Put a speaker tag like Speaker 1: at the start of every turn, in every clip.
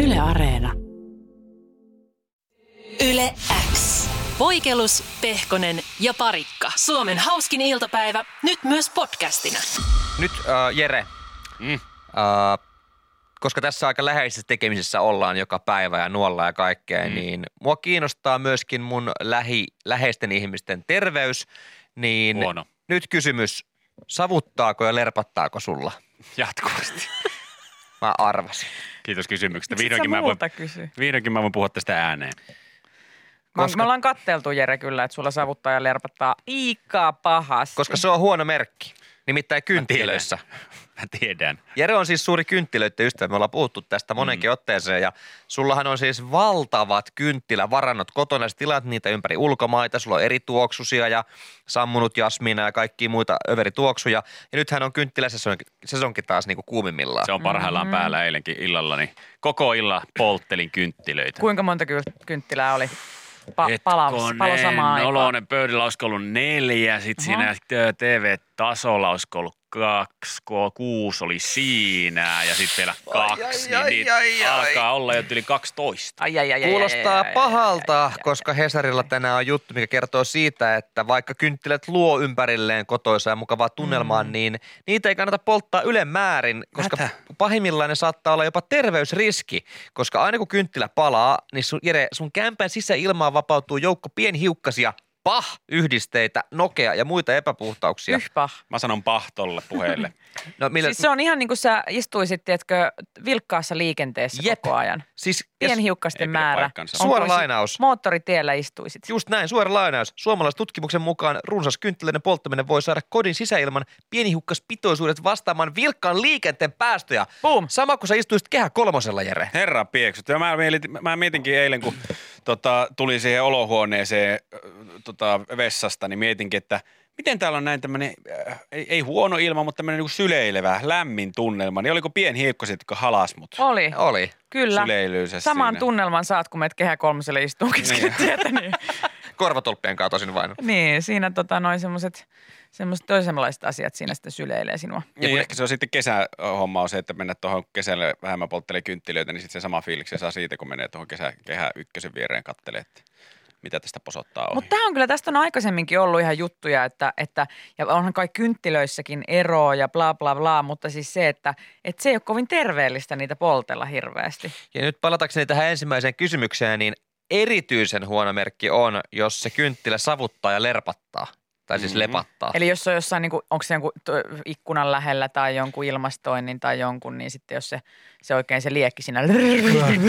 Speaker 1: Yle Areena.
Speaker 2: Yle X. Voikelus, Pehkonen ja Parikka. Suomen hauskin iltapäivä, nyt myös podcastina.
Speaker 3: Nyt äh, Jere,
Speaker 4: Mm.
Speaker 3: äh, koska tässä aika läheisessä tekemisessä ollaan joka päivä ja nuolla ja kaikkea, mm.
Speaker 4: Mm.
Speaker 3: niin mua kiinnostaa myöskin mun lähi, läheisten ihmisten terveys. Niin
Speaker 4: Huono.
Speaker 3: nyt kysymys, savuttaako ja lerpattaako sulla?
Speaker 4: Jatkuvasti.
Speaker 3: Mä arvasin.
Speaker 4: Kiitos kysymyksestä.
Speaker 5: Miksi
Speaker 4: Vihdoinkin
Speaker 5: sä
Speaker 4: mä, voin,
Speaker 5: multa kysy?
Speaker 4: vihdoinkin mä voin puhua tästä ääneen.
Speaker 5: Koska...
Speaker 3: Koska-
Speaker 5: Me ollaan katteltu Jere kyllä, että sulla savuttaa ja lerpattaa liikaa pahasti.
Speaker 3: Koska se on huono merkki, nimittäin kynttilöissä.
Speaker 4: Mä tiedän.
Speaker 3: Jere on siis suuri kynttilöiden ystävä. Me ollaan puhuttu tästä monenkin mm. otteeseen ja sullahan on siis valtavat kynttilävarannot kotona. Sä tilaat niitä ympäri ulkomaita. Sulla on eri tuoksusia ja sammunut jasmina ja kaikki muita överituoksuja. Ja nythän on kynttiläsesonki sesonki taas niinku kuumimmillaan.
Speaker 4: Se on parhaillaan mm-hmm. päällä eilenkin illalla, niin koko illa polttelin kynttilöitä.
Speaker 5: Kuinka monta kyl- kynttilää oli? Pa- palo, palo samaan aikaan.
Speaker 4: Noloinen pöydällä olisiko ollut neljä, sitten siinä ö, TV-tasolla olisiko ollut kaksi, ko- kuusi oli siinä ja sitten vielä kaksi,
Speaker 3: ai,
Speaker 4: niin niitä
Speaker 3: ai, ai.
Speaker 4: alkaa olla jo yli 12.
Speaker 5: Ai, ai, ai, ai, ai, ai,
Speaker 3: Kuulostaa
Speaker 5: ai, ai, ai,
Speaker 3: pahalta,
Speaker 5: ai, ai.
Speaker 3: koska Hesarilla tänään on juttu, mikä kertoo siitä, että vaikka kynttilät luo ympärilleen kotoisaa ja mukavaa tunnelmaa, mm. niin niitä ei kannata polttaa ylemmäärin, koska
Speaker 4: Hätä.
Speaker 3: pahimmillaan ne saattaa olla jopa terveysriski, koska aina kun kynttilä palaa, niin sun, Jere, sun kämpän sisäilmaan vapautuu joukko pienhiukkasia pah-yhdisteitä, nokea ja muita epäpuhtauksia.
Speaker 5: Yhpah.
Speaker 4: Mä sanon pahtolle puheelle.
Speaker 3: No, millä,
Speaker 5: Siis se on ihan niin kuin sä istuisit, tiedätkö, vilkkaassa liikenteessä
Speaker 3: Jep.
Speaker 5: koko ajan.
Speaker 3: siis, ja su-
Speaker 4: Ei
Speaker 5: Pienhiukkasten
Speaker 4: pidä
Speaker 5: määrä.
Speaker 4: paikkaansa.
Speaker 5: On
Speaker 3: Suora
Speaker 5: kuin sit
Speaker 3: lainaus.
Speaker 5: Moottoritiellä istuisit.
Speaker 3: Just näin, suora lainaus. Suomalaistutkimuksen mukaan runsas kynttilöiden polttaminen voi saada kodin sisäilman pienihiukkaspitoisuudet vastaamaan vilkkaan liikenteen päästöjä.
Speaker 5: Boom.
Speaker 3: Sama kuin sä istuisit kehä kolmosella, Jere.
Speaker 4: Herra pieksut. Ja mä, mietin, mä mietinkin eilen, kun tota, tuli siihen olohuoneeseen äh, tota, vessasta, niin mietinkin, että miten täällä on näin tämmöinen, äh, ei, ei huono ilma, mutta tämmöinen niin syleilevä, lämmin tunnelma. Niin oliko pienhiukkaset, jotka halas mut
Speaker 5: Oli,
Speaker 3: Oli.
Speaker 5: kyllä.
Speaker 4: syleilyysessä
Speaker 5: Samaan
Speaker 4: siinä?
Speaker 5: tunnelman saat, kun meet kehä kolmoselle istuun kesken tietä. Niin.
Speaker 3: Korvatolppien katosin vain.
Speaker 5: niin, siinä tota, noin semmoiset semmoiset toisenlaiset asiat siinä sitten syleilee sinua.
Speaker 4: Niin, ehkä se on sitten kesähomma on se, että mennä tuohon kesälle vähemmän polttelee kynttilöitä, niin sitten se sama fiiliksi saa siitä, kun menee tuohon kesä, kehä ykkösen viereen kattelee, että mitä tästä posottaa ohi.
Speaker 5: Mutta tämä on kyllä, tästä on aikaisemminkin ollut ihan juttuja, että, että ja onhan kai kynttilöissäkin eroa ja bla bla bla, mutta siis se, että, että se ei ole kovin terveellistä niitä poltella hirveästi.
Speaker 3: Ja nyt palatakseni tähän ensimmäiseen kysymykseen, niin erityisen huono merkki on, jos se kynttilä savuttaa ja lerpattaa. Tai siis
Speaker 4: Mhm.
Speaker 3: lepattaa.
Speaker 5: Eli jos se on jossain, niin onko se jonkun t- ikkunan lähellä tai jonkun ilmastoinnin tai jonkun, niin sitten jos se, se oikein se liekki siinä,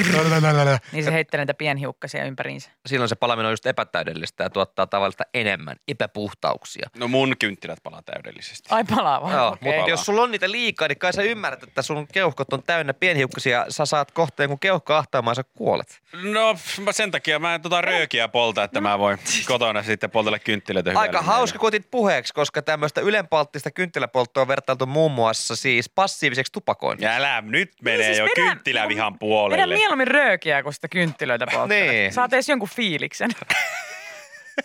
Speaker 5: niin se heittelee niitä pienhiukkasia ympäriinsä.
Speaker 3: Silloin se palaminen on just epätäydellistä ja tuottaa tavallista enemmän epäpuhtauksia.
Speaker 4: No mun kynttilät palaa täydellisesti.
Speaker 5: Ai palaava.
Speaker 3: Joo,
Speaker 5: Okei.
Speaker 3: mutta jos sulla on niitä liikaa, niin kai sä ymmärrät, että sun keuhkot on täynnä pienhiukkasia. Sä saat kohteen, kun keuhko ahtaamaan, sä kuolet.
Speaker 4: No pff, mä sen takia mä en
Speaker 5: No.
Speaker 4: tota röökiä polta, että mä voin kotona sitten poltella kynttilöitä hyvällä
Speaker 3: Aika
Speaker 4: mielellä.
Speaker 3: hauska, kun otit puheeksi, koska tämmöistä ylenpalttista kynttiläpolttoa on vertailtu muun muassa siis passiiviseksi tupakoinniksi.
Speaker 4: Ja älä nyt menee
Speaker 5: siis
Speaker 4: jo
Speaker 5: vedä-
Speaker 4: kynttilävihan
Speaker 5: Vedä
Speaker 4: puolelle.
Speaker 5: mieluummin röökiä, kun sitä kynttilöitä polttelet.
Speaker 3: Niin.
Speaker 5: Saat edes jonkun fiiliksen.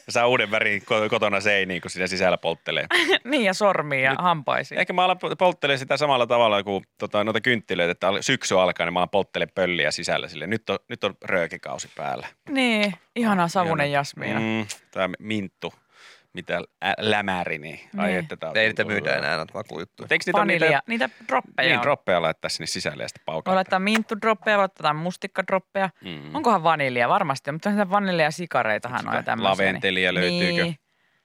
Speaker 4: Saa uuden värin ko- kotona seiniin, kun siinä sisällä polttelee.
Speaker 5: niin ja sormiin ja hampaisiin.
Speaker 4: Ehkä mä alan po- polttele sitä samalla tavalla kuin tota, noita kynttilöitä, että al- syksy alkaa, niin mä alan polttele pölliä sisällä sille. Nyt on, nyt on röökikausi päällä.
Speaker 5: Niin, ihana savunen jasmiina. Mm.
Speaker 4: Mm, tämä minttu, mitä ä- lämäri, niin ai
Speaker 5: Niin.
Speaker 4: että tää
Speaker 3: Ei niitä
Speaker 4: tuntuu
Speaker 3: myydä
Speaker 4: hyvältä.
Speaker 3: enää noita makujuttuja.
Speaker 4: Mut Eikö niitä ole
Speaker 5: Vanilja,
Speaker 4: niitä,
Speaker 5: niitä droppeja
Speaker 4: niin
Speaker 5: on.
Speaker 4: droppeja laittaa sinne sisälle ja sitten
Speaker 5: Voi
Speaker 4: paukauttaa?
Speaker 5: laittaa minttudroppeja, voi laittaa jotain mustikkadroppeja.
Speaker 4: Mm.
Speaker 5: Mm. Onkohan vanilja? Varmasti on, mutta niitä vanilja ja sikareitahan on ja
Speaker 4: Sitä
Speaker 5: tämmöisiä.
Speaker 4: laventelia löytyykö?
Speaker 5: Niin,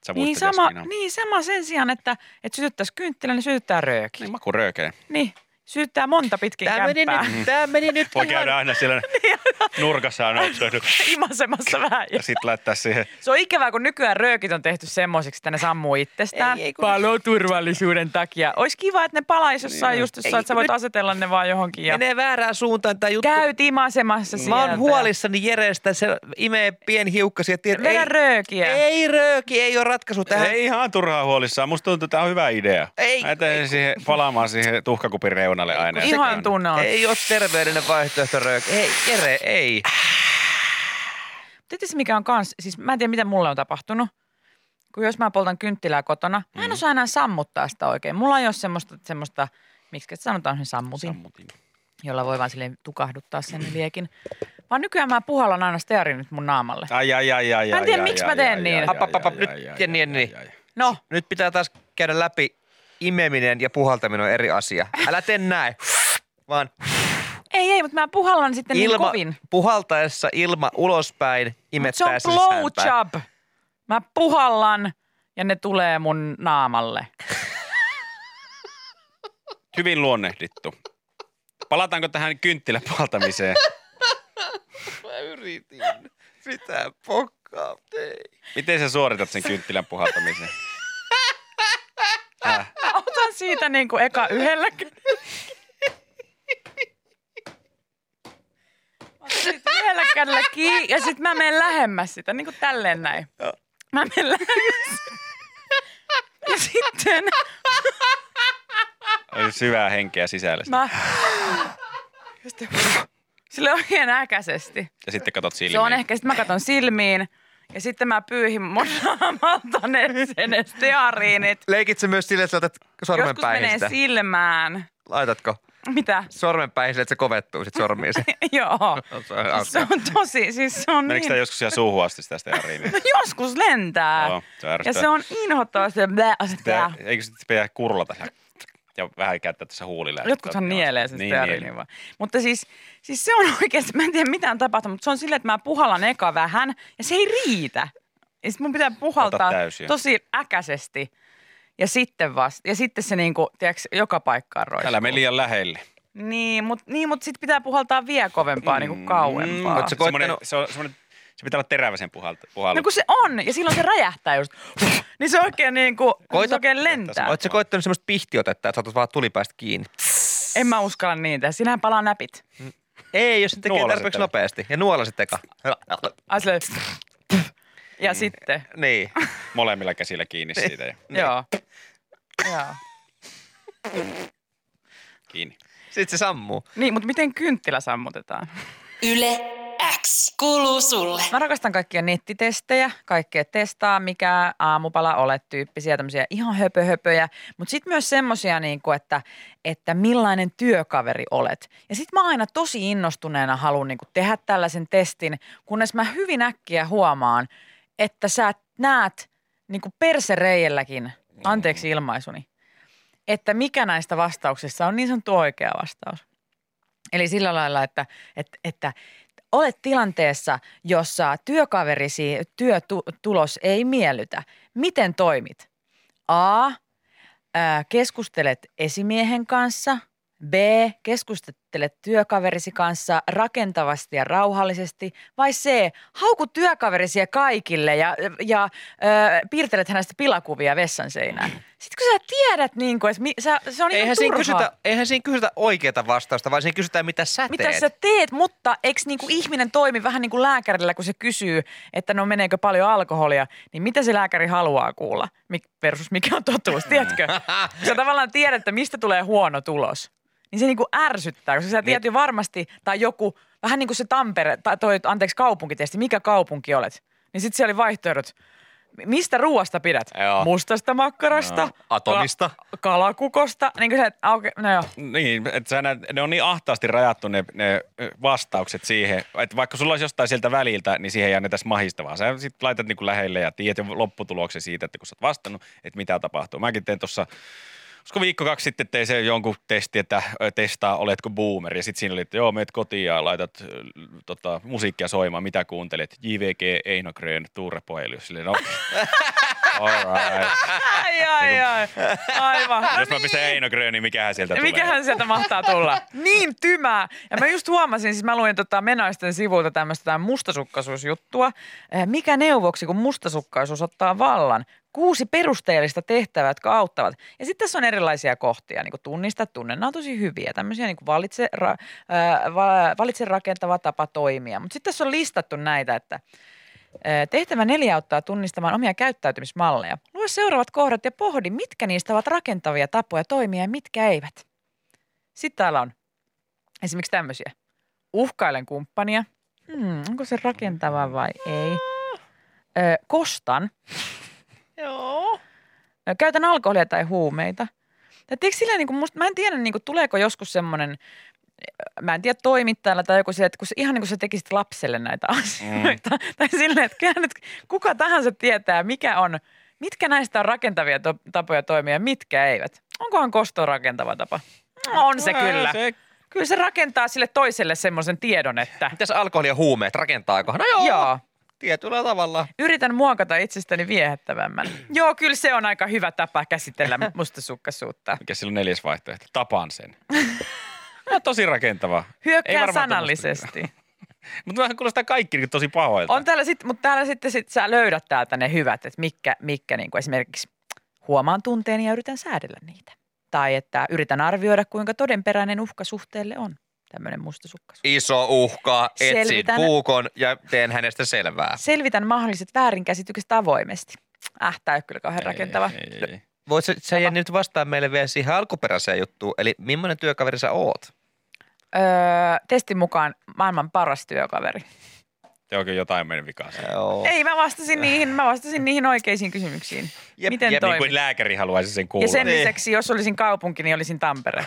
Speaker 4: Savuista
Speaker 5: niin, sama,
Speaker 4: jasmina.
Speaker 5: niin sama sen sijaan, että, että sytyttäisi kynttilä, niin sytyttää rööki.
Speaker 4: Niin
Speaker 5: Niin,
Speaker 4: maku röökee.
Speaker 5: niin sytyttää monta pitkin
Speaker 3: Tää meni,
Speaker 5: kämppää.
Speaker 3: nyt, tää meni nyt
Speaker 4: Voi
Speaker 3: ihan-
Speaker 4: käydä aina siellä
Speaker 5: Niin
Speaker 4: nurkassa on otsahdu.
Speaker 5: Imasemassa vähän.
Speaker 4: Ja sit laittaa siihen.
Speaker 5: Se on ikävää, kun nykyään röökit on tehty semmoisiksi, että ne sammuu itsestään.
Speaker 3: Ei, ei, kun-
Speaker 5: Paloturvallisuuden takia. Olisi kiva, että ne palaisi jossain just,
Speaker 3: Ei,
Speaker 5: jossain, että sä
Speaker 3: kun
Speaker 5: voit
Speaker 3: nyt-
Speaker 5: asetella ne vaan johonkin. Ja...
Speaker 3: Menee väärään suuntaan tämä juttu.
Speaker 5: Käyt imasemassa sieltä.
Speaker 3: Mä
Speaker 5: ja-
Speaker 3: oon huolissani Jerestä, se imee pienhiukkasia. Tiedät,
Speaker 5: Vedä röökiä.
Speaker 3: Ei rööki, ei ole ratkaisu tähän.
Speaker 4: Ei ihan turhaa huolissaan. Musta tuntuu, että tää on hyvä idea.
Speaker 3: Ei-
Speaker 4: Mä jätän siihen palaamaan siihen tuhkakupin reunalle aina. ja sitten
Speaker 5: Ihan
Speaker 4: on-
Speaker 5: tunne on.
Speaker 3: Ei ole terveydellinen vaihtoehto rööki. Ei, Jere, ei.
Speaker 5: Tietysti mikä on kans, siis mä en tiedä mitä mulle on tapahtunut. Kun jos mä poltan kynttilää kotona, mä
Speaker 3: Mm.
Speaker 5: en osaa enää sammuttaa sitä oikein. Mulla ei ole semmoista, semmoista miksi sanotaan sen sammutin.
Speaker 4: Sammutin.
Speaker 5: jolla voi vaan silleen tukahduttaa sen liekin. Vaan nykyään mä puhallan aina stearinit mun naamalle.
Speaker 4: Ai, ai, ai, ai,
Speaker 5: Mä en
Speaker 4: ai,
Speaker 5: tiedä,
Speaker 4: ai,
Speaker 5: miksi
Speaker 4: ai,
Speaker 5: mä teen
Speaker 4: ai,
Speaker 5: niin.
Speaker 4: ai, ai,
Speaker 3: Hap, hap, hap,
Speaker 4: ai,
Speaker 3: nyt,
Speaker 4: ai, ai,
Speaker 3: ja niin,
Speaker 4: ai,
Speaker 3: niin.
Speaker 4: ai, ai.
Speaker 5: No,
Speaker 3: Nyt pitää taas käydä läpi, imeminen ja puhaltaminen on eri asia. Älä tee näin, vaan
Speaker 5: ei, ei, mutta mä puhallan sitten niin
Speaker 3: ilma,
Speaker 5: kovin.
Speaker 3: puhaltaessa ilma ulospäin
Speaker 5: Mut se on
Speaker 3: imettää sisäänpäin.
Speaker 5: blowjob. Mä puhallan ja ne tulee mun naamalle.
Speaker 4: Hyvin luonnehdittu. Palataanko tähän kynttiläpaltamiseen?
Speaker 3: Mä yritin. Mitä pokkaa tein?
Speaker 4: Miten sä suoritat sen kynttilän Äh, puhaltamisen?
Speaker 5: Mä otan siitä niin kuin eka yhdellä. Mä otan siitä yhdellä kädellä kiinni ja sitten mä menen lähemmäs sitä, niin kuin tälleen näin. Mä menen lähemmäs. Ja sitten
Speaker 4: On syvää henkeä sisällä. Mä...
Speaker 5: mä... Ja sitten- Sille oikein äkäisesti.
Speaker 4: Ja sitten katot silmiin.
Speaker 5: Se on ehkä, sitten mä katson silmiin ja sitten mä pyyhin mun naamalta ne, ne steariinit.
Speaker 3: Leikit sä myös silleen, että sä laitat sormen
Speaker 5: Joskus
Speaker 3: päihin
Speaker 5: menee
Speaker 3: sitä?
Speaker 5: silmään.
Speaker 3: Laitatko
Speaker 5: Mitä?
Speaker 3: sormen päihin silleen, että se kovettuu sit sormiin? Se
Speaker 5: Joo.
Speaker 3: on se on
Speaker 5: Se
Speaker 3: hauska.
Speaker 5: on tosi, siis se on
Speaker 4: Meneekö
Speaker 5: niin.
Speaker 4: sitä joskus siellä suuhun asti sitä steariinia?
Speaker 5: No joskus lentää.
Speaker 4: Joo, se on
Speaker 5: ja
Speaker 4: ärsyttävää.
Speaker 5: se on inhottavaa se blää, se blää.
Speaker 4: Pitää, eikö sitten pidä kurlata ja vähän käyttää tässä huulilla?
Speaker 5: Jotkuthan nielee sen
Speaker 4: niin,
Speaker 5: niin, niin. vaan. Mutta siis, siis se on oikeasti, mä en tiedä mitä on tapahtunut, mutta se on silleen, että mä puhallan eka vähän ja se ei riitä. Ja sit mun pitää puhaltaa
Speaker 4: täysiä.
Speaker 5: tosi äkäisesti. Ja sitten vasta, ja sitten se niinku, tiedätkö, joka paikkaan roiskuu.
Speaker 4: Älä mene liian lähelle.
Speaker 5: Niin, mutta niin, mut sitten pitää puhaltaa vielä kovempaa, mm, niinku kauempaa.
Speaker 3: oot sä koettanut-
Speaker 4: Semmoinen- se, on, semmoinen, se pitää olla terävä sen puhalta,
Speaker 5: No
Speaker 4: puhallu.
Speaker 5: kun se on, ja silloin se räjähtää just. Niin se oikein niin kuin,
Speaker 3: Koita-
Speaker 5: se oikein lentää.
Speaker 3: Oletko sä koittanut semmoista pihtiotetta, että saatat vaan tulipäästä kiinni?
Speaker 5: En mä uskalla niitä. Sinähän palaa näpit.
Speaker 3: Ei, jos se tekee
Speaker 4: Nuolaset
Speaker 3: tarpeeksi
Speaker 4: eka.
Speaker 3: nopeasti. Ja nuolaset eka.
Speaker 5: Ai silleen, Ja sitten.
Speaker 3: Niin.
Speaker 4: molemmilla käsillä kiinni
Speaker 5: Niin.
Speaker 4: siitä ja
Speaker 5: Joo. Joo.
Speaker 4: kiinni.
Speaker 3: Sitten se sammuu.
Speaker 5: Niin, mutta miten kynttilä sammutetaan?
Speaker 2: Yle X kuuluu sulle.
Speaker 5: Mä rakastan kaikkia nettitestejä, kaikkea testaa, mikä aamupala olet tyyppisiä, tämmöisiä ihan höpöhöpöjä, mutta sitten myös semmoisia, niin kuin, että, että millainen työkaveri olet. Ja sitten mä aina tosi innostuneena haluan niin kuin, tehdä tällaisen testin, kunnes mä hyvin äkkiä huomaan, että sä näet niin kuin persereijelläkin, anteeksi ilmaisuni, että mikä näistä vastauksista on niin sanottu oikea vastaus. Eli sillä lailla, että, että, että olet tilanteessa, jossa työkaverisi työtulos ei miellytä. Miten toimit? A. Ää, keskustelet esimiehen kanssa. B. Keskustelet työkaverisi kanssa rakentavasti ja rauhallisesti. Vai C. Hauku työkaverisia kaikille ja, ja ää, piirtelet hänestä pilakuvia vessan seinään. Sitten kun sä tiedät, niin kuin, että mi, sä, se on ihan
Speaker 3: Eihän siinä,
Speaker 5: turhaa.
Speaker 3: kysytä, eihän siinä kysytä oikeata vastausta, vaan siinä kysytään, mitä sä
Speaker 5: Mitä
Speaker 3: teet.
Speaker 5: sä teet, mutta eikö niinku ihminen toimi vähän niin kuin lääkärillä, kun se kysyy, että no meneekö paljon alkoholia, niin mitä se lääkäri haluaa kuulla Mik- versus mikä on totuus, tiedätkö? Kun sä tavallaan tiedät, että mistä tulee huono tulos, niin se niinku ärsyttää, koska sä
Speaker 3: Niin.
Speaker 5: tiedät jo varmasti, tai joku, vähän niin kuin se Tampere, tai toi, anteeksi, kaupunkitesti, mikä kaupunki olet, niin sitten siellä oli vaihtoehdot, Mi- Mistä ruoasta pidät?
Speaker 4: Joo.
Speaker 5: Mustasta makkarasta?
Speaker 4: Joo.
Speaker 3: Atomista.
Speaker 5: Kala, kalakukosta? Niin kuin se, että okay, no joo.
Speaker 4: Niin, että sä näet, ne on niin ahtaasti rajattu ne, ne ö, vastaukset siihen, että vaikka sulla olisi jostain sieltä väliltä, niin siihen ei annettaisi mahista, vaan sä sit laitat niinku lähelle ja tiedät jo lopputuloksen siitä, että kun sä oot vastannut, että mitä tapahtuu. Mäkin tein tuossa Olisiko viikko kaksi sitten tein se jonkun testi, että ö, testaa oletko boomer. Ja sitten siinä oli, että joo, meet kotiin ja laitat ö, l- tota, musiikkia soimaan, mitä kuuntelet. JVG, Eino Grön, Tuure Pohelius. Silleen, no, all right.
Speaker 5: Ai, ai, ai. Aivan. No
Speaker 4: Jos mä pistän Eino Grön, niin mikähän sieltä tulee?
Speaker 5: Mikähän sieltä mahtaa tulla? Niin tymää. Ja mä just huomasin, siis mä luin tota Menaisten sivulta tämmöistä tää mustasukkaisuusjuttua. Eh, Mikä neuvoksi, kun mustasukkaisuus ottaa vallan? Kuusi perusteellista tehtävää, jotka auttavat. Ja sitten tässä on erilaisia kohtia, niin kuin tunnista, tunne. Nämä on tosi hyviä, tämmöisiä niin kuin valitse, ra, ää, va- valitse rakentava tapa toimia. Mutta sitten tässä on listattu näitä, että Ö, Tehtävä neljä auttaa tunnistamaan omia käyttäytymismalleja. Lue seuraavat kohdat ja pohdi, mitkä niistä ovat rakentavia tapoja toimia ja mitkä eivät. Sitten täällä on esimerkiksi tämmöisiä. Uhkailen kumppania. Hmm, onko se rakentava vai ei? Ö, kostan.
Speaker 3: Joo.
Speaker 5: Ö, Käytän niinku alkoholia tai huumeita. Tai tiedätkö, sillä niin kuin musta, mä en tiedä, niin kuin, tuleeko joskus semmoinen mä en tiedä toimittajalla tai joku sille, että kun se, ihan niin kuin sä tekisit lapselle näitä asioita. Mm. Tai silleen, että kyllä nyt kuka tahansa tietää, mikä on, mitkä näistä on rakentavia to, tapoja toimia ja mitkä eivät. Onkohan kosto rakentava tapa? No, On se
Speaker 4: No,
Speaker 5: kyllä.
Speaker 4: Se,
Speaker 5: Kyllä se rakentaa sille toiselle semmoisen tiedon, että
Speaker 3: Mitäs alkoholi ja huumeet, rakentaako? No joo, joo.
Speaker 5: joo,
Speaker 3: tietyllä tavalla.
Speaker 5: yritän muokata itsestäni viehättävämmän. joo, kyllä se on aika hyvä tapa käsitellä mustasukkaisuutta.
Speaker 4: mikä sillä on neljäs vaihtoehto? Tapaan sen. No, tosi rakentava. Ei
Speaker 5: Hyökkää
Speaker 4: varmaan
Speaker 5: sanallisesti.
Speaker 4: Mutta vähän kuulostaa kaikki niin tosi pahoilta.
Speaker 5: On täällä sit, mutta täällä sitten sit sä löydät täältä ne hyvät, että mitkä, mitkä niin kuin esimerkiksi huomaan tunteeni ja yritän säädellä niitä. Tai että yritän arvioida, kuinka todenperäinen uhka suhteelle on tämmöinen mustasukkaisuus.
Speaker 3: Iso uhka, etsin
Speaker 5: Selvitän.
Speaker 3: puukon ja teen hänestä selvää.
Speaker 5: Selvitän mahdolliset väärinkäsitykset avoimesti. Äh, tää ei ole kyllä kauhean rakentava.
Speaker 4: Ei, ei, ei.
Speaker 3: Voit sä, sä Jenni, nyt vastaa meille vielä siihen alkuperäiseen juttuun, eli millainen työkaveri sä oot?
Speaker 5: Öö, testin mukaan maailman paras työkaveri.
Speaker 4: Se onkin jotain mennyt vikaan. siinä.
Speaker 3: Joo.
Speaker 5: Ei, mä vastasin niihin, mä vastasin niihin oikeisiin kysymyksiin.
Speaker 3: Jep,
Speaker 5: Miten
Speaker 3: jep,
Speaker 4: Niin
Speaker 5: toimit?
Speaker 4: kuin lääkäri haluaisi sen kuulla.
Speaker 5: ja sen
Speaker 3: Niin.
Speaker 5: lisäksi, jos olisin kaupunki, niin olisin Tampere.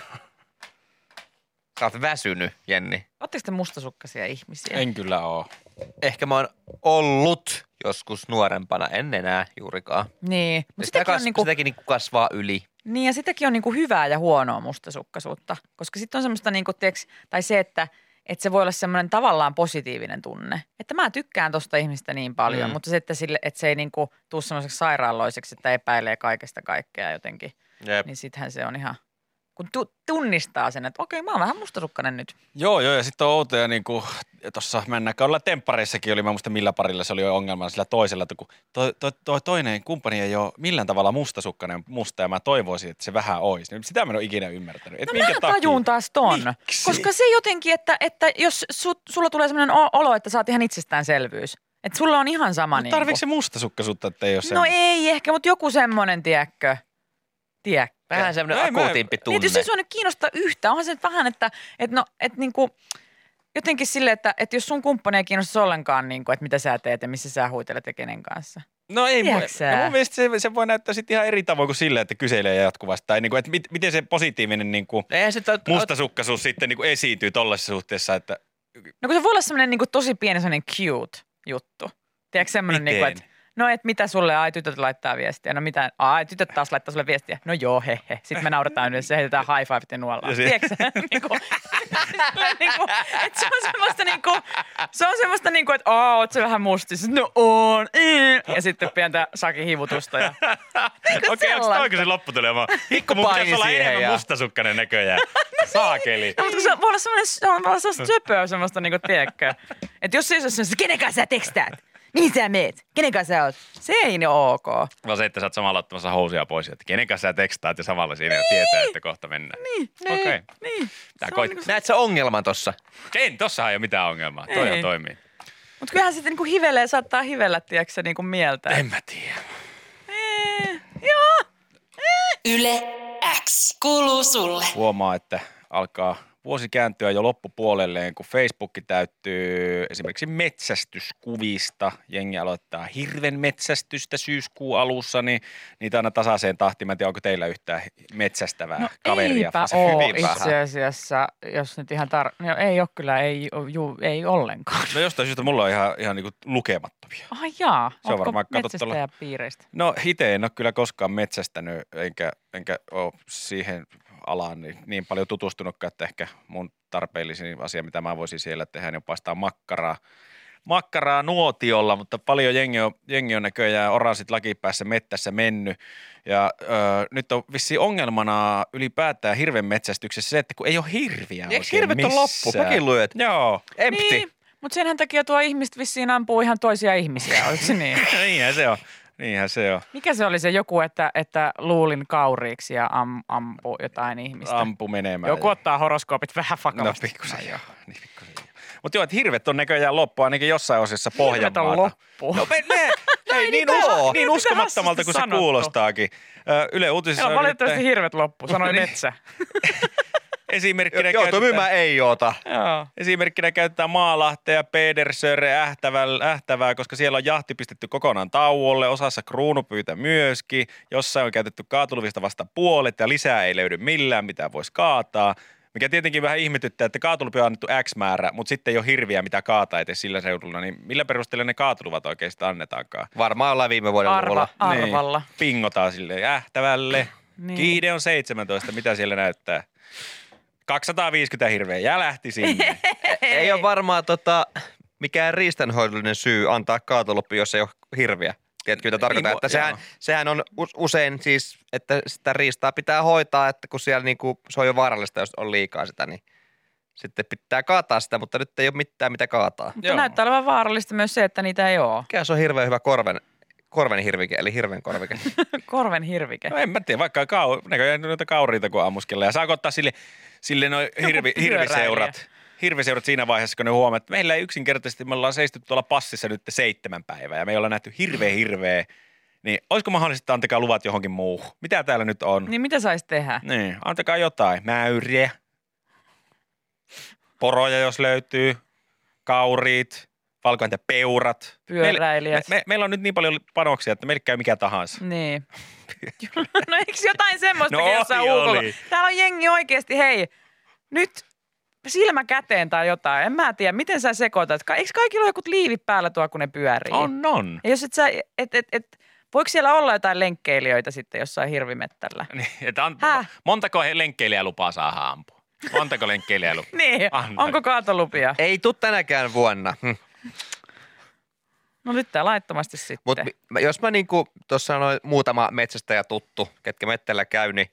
Speaker 3: Sä oot väsynyt, Jenni.
Speaker 5: Oletteko te mustasukkaisia ihmisiä?
Speaker 4: En kyllä oo.
Speaker 3: Ehkä mä oon ollut joskus nuorempana, en enää juurikaan.
Speaker 5: Niin. Mut
Speaker 3: Mut sitä
Speaker 5: sitäkin
Speaker 3: kas, niin
Speaker 5: on niinku,
Speaker 3: kuin... Sitäkin niin kasvaa yli.
Speaker 5: Niin ja sitäkin on niinku hyvää ja huonoa mustasukkaisuutta, koska sitten on semmoista niinku, tiiäks, tai se, että et se voi olla semmoinen tavallaan positiivinen tunne. Että mä tykkään tosta ihmistä niin paljon,
Speaker 3: Mm.
Speaker 5: mutta se, että, sille, että se ei niinku tuu semmoiseksi sairaalloiseksi, että epäilee kaikesta kaikkea jotenkin,
Speaker 3: Jep.
Speaker 5: niin sittenhän se on ihan, kun tu- tunnistaa sen, että okei mä oon vähän mustasukkainen nyt.
Speaker 4: Joo, joo, ja sitten on outoja niin kuin tuossa mennäkaudella temppareissakin oli, mä en muista millä parilla se oli jo ongelma sillä toisella, että kun toi, toi, toi toinen kumppani ei ole millään tavalla mustasukkainen musta, ja mä toivoisin, että se vähän olisi. Niin Sitä mä en ole ikinä ymmärtänyt. Et
Speaker 5: No
Speaker 4: minkä
Speaker 5: mä
Speaker 4: takia?
Speaker 5: tajun taas ton.
Speaker 4: Miksi?
Speaker 5: Koska se jotenkin, että, että jos sut, sulla tulee semmoinen o- olo, että sä oot ihan itsestäänselvyys. Että sulla on ihan sama. niinku.
Speaker 4: Mutta tarviiko se mustasukkaisuutta, että ei ole
Speaker 5: No
Speaker 4: semmoista?
Speaker 5: ei ehkä, mutta joku semmoinen, tiedätkö? Tiedätkö?
Speaker 3: Vähän semmoinen
Speaker 4: Ei, mä-
Speaker 3: No, akuutimpi tunne.
Speaker 5: Niin, jos ei sua nyt kiinnosta yhtä, onhan se nyt vähän, että, että, no, että niinku, jotenkin silleen, että, että jos sun kumppani ei kiinnosta ollenkaan, niin kuin, että mitä sä teet ja missä sä huitelet ja kenen kanssa.
Speaker 4: No ei, mun,
Speaker 5: Tiedätkö sä?
Speaker 4: no mun mielestä se, se voi näyttää sitten ihan eri tavoin kuin sillä, että kyselee jatkuvasti. Tai niin kuin, että mit, miten se positiivinen niin kuin
Speaker 3: No Eihän se tot...
Speaker 4: mustasukkaisuus sitten niin kuin esiintyy tollaisessa suhteessa, että
Speaker 5: No kun se voi olla semmoinen niin tosi pieni semmoinen cute juttu. Tiedätkö semmoinen, niin kuin,
Speaker 4: miten?
Speaker 5: että no et mitä sulle, ai tytöt laittaa viestiä, no mitä, ai tytöt taas laittaa sulle viestiä, no joo he he. Sitten me naurataan yhdessä ja heitetään high five ja nuollaan.
Speaker 4: Ja se-
Speaker 5: Tiedätkö sä? niin kuin, niin kuin, että se on semmoista niin kuin, se on semmoista niin kuin, että aa oot se vähän mustis, no on. mm. Ja sitten pientä sakin hivutusta ja niin
Speaker 4: Okei,
Speaker 5: kuin
Speaker 4: onko tämä
Speaker 5: sellaista.
Speaker 4: oikein se lopputulema? Mikko, mun
Speaker 3: paini
Speaker 4: pitäisi olla
Speaker 3: siihen
Speaker 4: enemmän
Speaker 3: ja-
Speaker 4: mustasukkainen näköjään. Saakeli.
Speaker 5: No, mutta kun se voi olla semmoinen, se on voi olla semmoista söpöä semmoista, niinku, tiedätkö. Että jos se ei ole semmoista, kenen kanssa sä tekstäät? Mihin sä meet? Kenen kanssa sä oot? Se ei niin ole ok.
Speaker 4: Vaan se, että sä oot samalla ottamassa housia pois, että kenen kanssa sä tekstaat ja samalla siinä niin. tietää, että kohta mennään. Niin, Okei. Okay.
Speaker 5: Niin.
Speaker 4: Tää
Speaker 5: Se on
Speaker 4: koit-
Speaker 5: niinku-
Speaker 3: Näet sä ongelman tossa?
Speaker 4: En, tossahan ei ole mitään ongelmaa. Toi
Speaker 5: Ei.
Speaker 4: on toimii.
Speaker 5: Mut kyllähän sitten niinku hivelee, saattaa hivellä, tiedätkö sä, niinku mieltä.
Speaker 4: En mä tiedä.
Speaker 5: Eh, joo.
Speaker 2: Yle X kuuluu sulle.
Speaker 4: Huomaa, että alkaa vuosi kääntyä jo loppupuolelleen, kun Facebook täyttyy esimerkiksi metsästyskuvista. Jengi aloittaa hirven metsästystä syyskuun alussa, niin niitä aina tasaiseen tahtiin. Mä en tiedä, onko teillä yhtään metsästävää
Speaker 5: No
Speaker 4: kaveria.
Speaker 5: eipä
Speaker 4: Fas-
Speaker 5: oo
Speaker 3: hyvin vähän.
Speaker 5: itse asiassa, jos nyt ihan tar... No, ei ole kyllä, ei, oo- juu, ei ollenkaan.
Speaker 4: No jostain syystä mulla on ihan, ihan niinku lukemattomia.
Speaker 5: Ai jaa,
Speaker 4: on
Speaker 5: ootko
Speaker 4: varmaan katsottu tuolla-
Speaker 5: metsästäjäpiireistä?
Speaker 4: No itse en ole kyllä koskaan metsästänyt, enkä, enkä ole siihen alaan niin, niin paljon tutustunutkaan, että ehkä mun tarpeellisin asia, mitä mä voisin siellä tehdä, niin on paistaa makkaraa. Makkaraa nuotiolla, mutta paljon jengi on, jengi on näköjään oranssit lakipäässä mettässä mennyt. Ja ö, nyt on vissiin ongelmana ylipäätään hirven metsästyksessä se, että kun ei ole hirviä
Speaker 3: Eikö
Speaker 4: oikein
Speaker 3: hirvet on loppu?
Speaker 4: missään.
Speaker 3: Mäkin lyöt.
Speaker 4: Joo.
Speaker 3: Empty.
Speaker 5: Niin, mutta senhän takia tuo ihmiset vissiin ampuu ihan toisia ihmisiä, oliko se niin?
Speaker 4: Niinhän se on. Niinhän se on.
Speaker 5: Mikä se oli se joku, että, että luulin kauriiksi ja am, ampu jotain ihmistä?
Speaker 4: Ampu menemään.
Speaker 5: joku ottaa horoskoopit vähän vakavasti.
Speaker 4: No pikkusen joo, niin pikkusen joo. Mutta joo, että hirvet on näköjään loppu ainakin jossain osissa Pohjanmaata.
Speaker 5: on loppu.
Speaker 4: No, me, me, ei, niin,
Speaker 5: niin
Speaker 4: us,
Speaker 5: on.
Speaker 4: niin
Speaker 5: Mitä
Speaker 4: uskomattomalta
Speaker 5: hassusti
Speaker 4: kuin se
Speaker 5: sanottu.
Speaker 4: kuulostaakin. Ö, Yle Uutisissa
Speaker 5: Joo,
Speaker 4: on eh, Niin.
Speaker 5: valitettavasti
Speaker 4: nimittäin
Speaker 5: hirvet loppu, sanoi metsä.
Speaker 4: esimerkkinä
Speaker 3: Joo,
Speaker 4: käytetään-
Speaker 3: toimii mä ei oota.
Speaker 5: Joo.
Speaker 4: Esimerkkinä käytetään Maalahtea, Pedersöre, Ähtävää, Ähtävää, koska siellä on jahti pistetty kokonaan tauolle, osassa kruunupyytä myöskin, jossain on käytetty kaatuluvista vasta puolet ja lisää ei löydy millään, mitä voisi kaataa. Mikä tietenkin vähän ihmetyttää, että kaatolupi on annettu X määrä, mutta sitten ei ole hirviä, mitä kaataa itse sillä seudulla. Niin millä perusteella ne kaatoluvat oikeastaan annetaankaan?
Speaker 3: Varmaan ollaan viime vuoden
Speaker 5: Arva,
Speaker 3: luvulla.
Speaker 5: arvalla.
Speaker 4: Niin, pingotaan sille ähtävälle.
Speaker 5: Niin.
Speaker 4: Niin. Kiide on 17, mitä siellä näyttää? 250 hirveä, ja lähti sinne.
Speaker 3: Ei ole varmaan tota, mikään riistanhoidollinen syy antaa kaatoluppi, jos ei ole hirviä. Tiedätkö, mitä tarkoitan?
Speaker 4: Niin,
Speaker 3: Että
Speaker 4: joo.
Speaker 3: sehän, sehän on us- usein siis, että sitä riistaa pitää hoitaa, että kun siellä niinku, se on jo vaarallista, jos on liikaa sitä, niin sitten pitää kaataa sitä, mutta nyt ei ole mitään, mitä kaataa.
Speaker 5: Mutta
Speaker 4: Joo.
Speaker 5: näyttää olevan vaarallista myös se, että niitä ei ole.
Speaker 3: Mikä se on hirveän hyvä korven, korven hirvike, eli hirven korvike.
Speaker 5: Korven hirvike.
Speaker 4: No en mä tiedä, vaikka kau, näköjään noita kauriita kun ammuskelee. Ja saako ottaa sille, sille noin hirvi,
Speaker 5: pyöräilijä.
Speaker 4: hirviseurat, hirviseurat siinä vaiheessa, kun ne huomaa, että meillä ei yksinkertaisesti, me ollaan seisty tuolla passissa nyt seitsemän päivää ja me ei olla nähty hirveä hirveä. Niin olisiko mahdollista, että antakaa luvat johonkin muuhun? Mitä täällä nyt on?
Speaker 5: Niin mitä saisi tehdä?
Speaker 4: Niin, antakaa jotain. Mäyriä, poroja jos löytyy, kauriit, valkohäntä peurat.
Speaker 5: Pyöräilijät.
Speaker 4: Me, me, meillä on nyt niin paljon panoksia, että meillä käy mikä tahansa.
Speaker 5: Niin. no eikö jotain semmoista
Speaker 4: No
Speaker 5: jossain
Speaker 4: oli,
Speaker 5: ulkona?
Speaker 4: oli.
Speaker 5: Täällä on jengi oikeasti, hei, nyt silmä käteen tai jotain. En mä tiedä, miten sä sekoitat. Ka- Eikö kaikilla ole joku liivit päällä tuo, kun ne pyörii?
Speaker 4: On, on.
Speaker 5: Ja jos et sä, et, et, et, voiko siellä olla jotain lenkkeilijöitä sitten jossain hirvimettällä?
Speaker 4: Niin, että an,
Speaker 5: Häh?
Speaker 4: montako he- lenkkeilijälupaa saa ampua? Montako lenkkeilijälupaa?
Speaker 5: Niin,
Speaker 4: Anna.
Speaker 5: onko kaatolupia?
Speaker 3: ei tule tänäkään vuonna. Hm.
Speaker 5: No nyt tää laittomasti sitten.
Speaker 3: Mutta jos mä niinku, tuossa noin muutama metsästäjä tuttu, ketkä mettällä käy, niin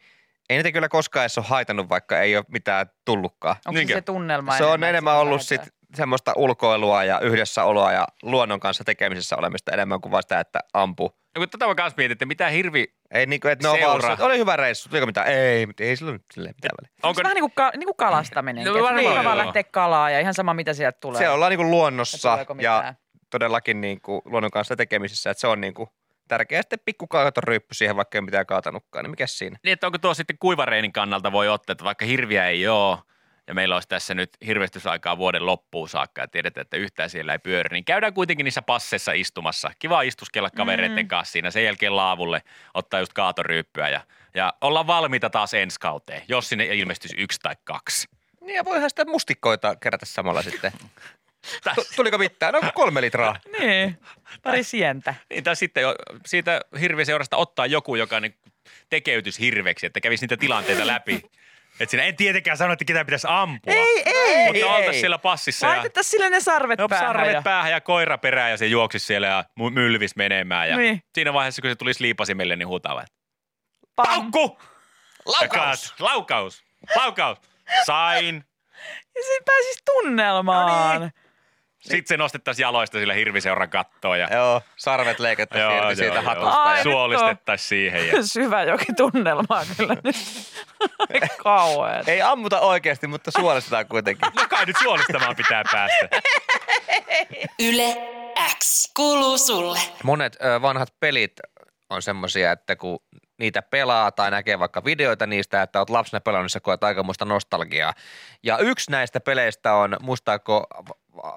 Speaker 3: ei niitä kyllä koskaan edes ole haitannut, vaikka ei ole mitään tullutkaan.
Speaker 5: Onko se,
Speaker 4: niinkö?
Speaker 5: se tunnelma?
Speaker 3: Se on enemmän
Speaker 5: että
Speaker 3: ollut
Speaker 5: lähdetään?
Speaker 3: sit semmoista ulkoilua ja yhdessäoloa ja luonnon kanssa tekemisessä olemista enemmän kuin vaan sitä, että ampu.
Speaker 4: No, kun tätä mä kanssa mietin, että mitä hirvi...
Speaker 3: Ei niinku, että ne on vaan
Speaker 4: Seura.
Speaker 3: ollut, sillä, että oli hyvä reissu, tuliko mitään? Ei, mutta ei silloin silleen mitään väliä.
Speaker 5: Onko...
Speaker 4: Onko,
Speaker 5: Se vähän niin kuin, ka- niin kuin kalastaminen.
Speaker 4: No
Speaker 5: No, varmaan,
Speaker 4: varmaan joo.
Speaker 5: niin vaan lähteä kalaa ja ihan sama mitä sieltä tulee.
Speaker 3: Siellä ollaan niinku
Speaker 5: Ja
Speaker 3: luonnossa
Speaker 5: tuleeko
Speaker 3: ja
Speaker 5: mitään?
Speaker 3: todellakin niinku luonnon kanssa tekemisissä, että se on niinku tärkeä sitten pikku kaatoryyppy siihen, vaikka ei ole mitään kaatanutkaan, niin mikä siinä?
Speaker 4: niin, että onko tuo sitten kuivareinin kannalta voi ottaa, että vaikka hirviä ei ole, ja meillä olisi tässä nyt hirvestysaikaa vuoden loppuun saakka ja tiedetään, että yhtään siellä ei pyöri, niin käydään kuitenkin niissä passeissa istumassa. Kiva istuskella kavereiden mm. kanssa siinä, sen jälkeen laavulle ottaa just kaatoryyppyä ja, ja olla valmiita taas ensi kauteen, jos sinne ilmestyisi yksi tai kaksi.
Speaker 3: Niin ja voihan sitä mustikoita kerätä samalla sitten.
Speaker 4: Tai-
Speaker 3: Tu- Tuliko mitään? No kolme litraa.
Speaker 5: Niin, pari sientä.
Speaker 4: Niin, tai sitten jo- siitä hirviseurasta ottaa joku, joka niin tekeytys hirveksi, että kävisi niitä tilanteita läpi. Et siinä en tietenkään sano, että ketä pitäisi ampua.
Speaker 5: Ei, ei.
Speaker 4: Mutta oltaisiin siellä passissa ja
Speaker 5: Laiteta sille ne sarvet
Speaker 4: no,
Speaker 5: päähän.
Speaker 4: sarvet
Speaker 5: ja-
Speaker 4: päähän ja koira perään ja se juoksisi siellä ja mu- mylvis menemään. Ja
Speaker 5: Niin.
Speaker 4: Siinä vaiheessa, kun se tulisi liipasimelle, niin huutava, että
Speaker 5: pam.
Speaker 4: paukku! Laukaus! Laukaus! Laukaus! Sain!
Speaker 5: Ja siinä pääsisi tunnelmaan.
Speaker 4: No Sitten se nostettaisiin jaloista sillä hirviseuran kattoon ja
Speaker 3: Joo, sarvet leikattaisiin irti siitä
Speaker 5: Ai,
Speaker 3: hatusta.
Speaker 5: nyt
Speaker 3: ja-
Speaker 5: on.
Speaker 4: suolistettaisiin siihen. Ja...
Speaker 5: Syvä jokin tunnelmaa kyllä nyt. Kauheet.
Speaker 3: Ei ammuta oikeasti, mutta suolistetaan kuitenkin.
Speaker 4: No kai nyt suolistamaan pitää päästä.
Speaker 2: Yle X kuuluu sulle.
Speaker 3: Monet ö, vanhat pelit on semmoisia, että kun niitä pelaa tai näkee vaikka videoita niistä, että oot lapsena pelannut, niin sä koet aikamoista nostalgiaa. Ja yksi näistä peleistä on, muistaako äh, äh,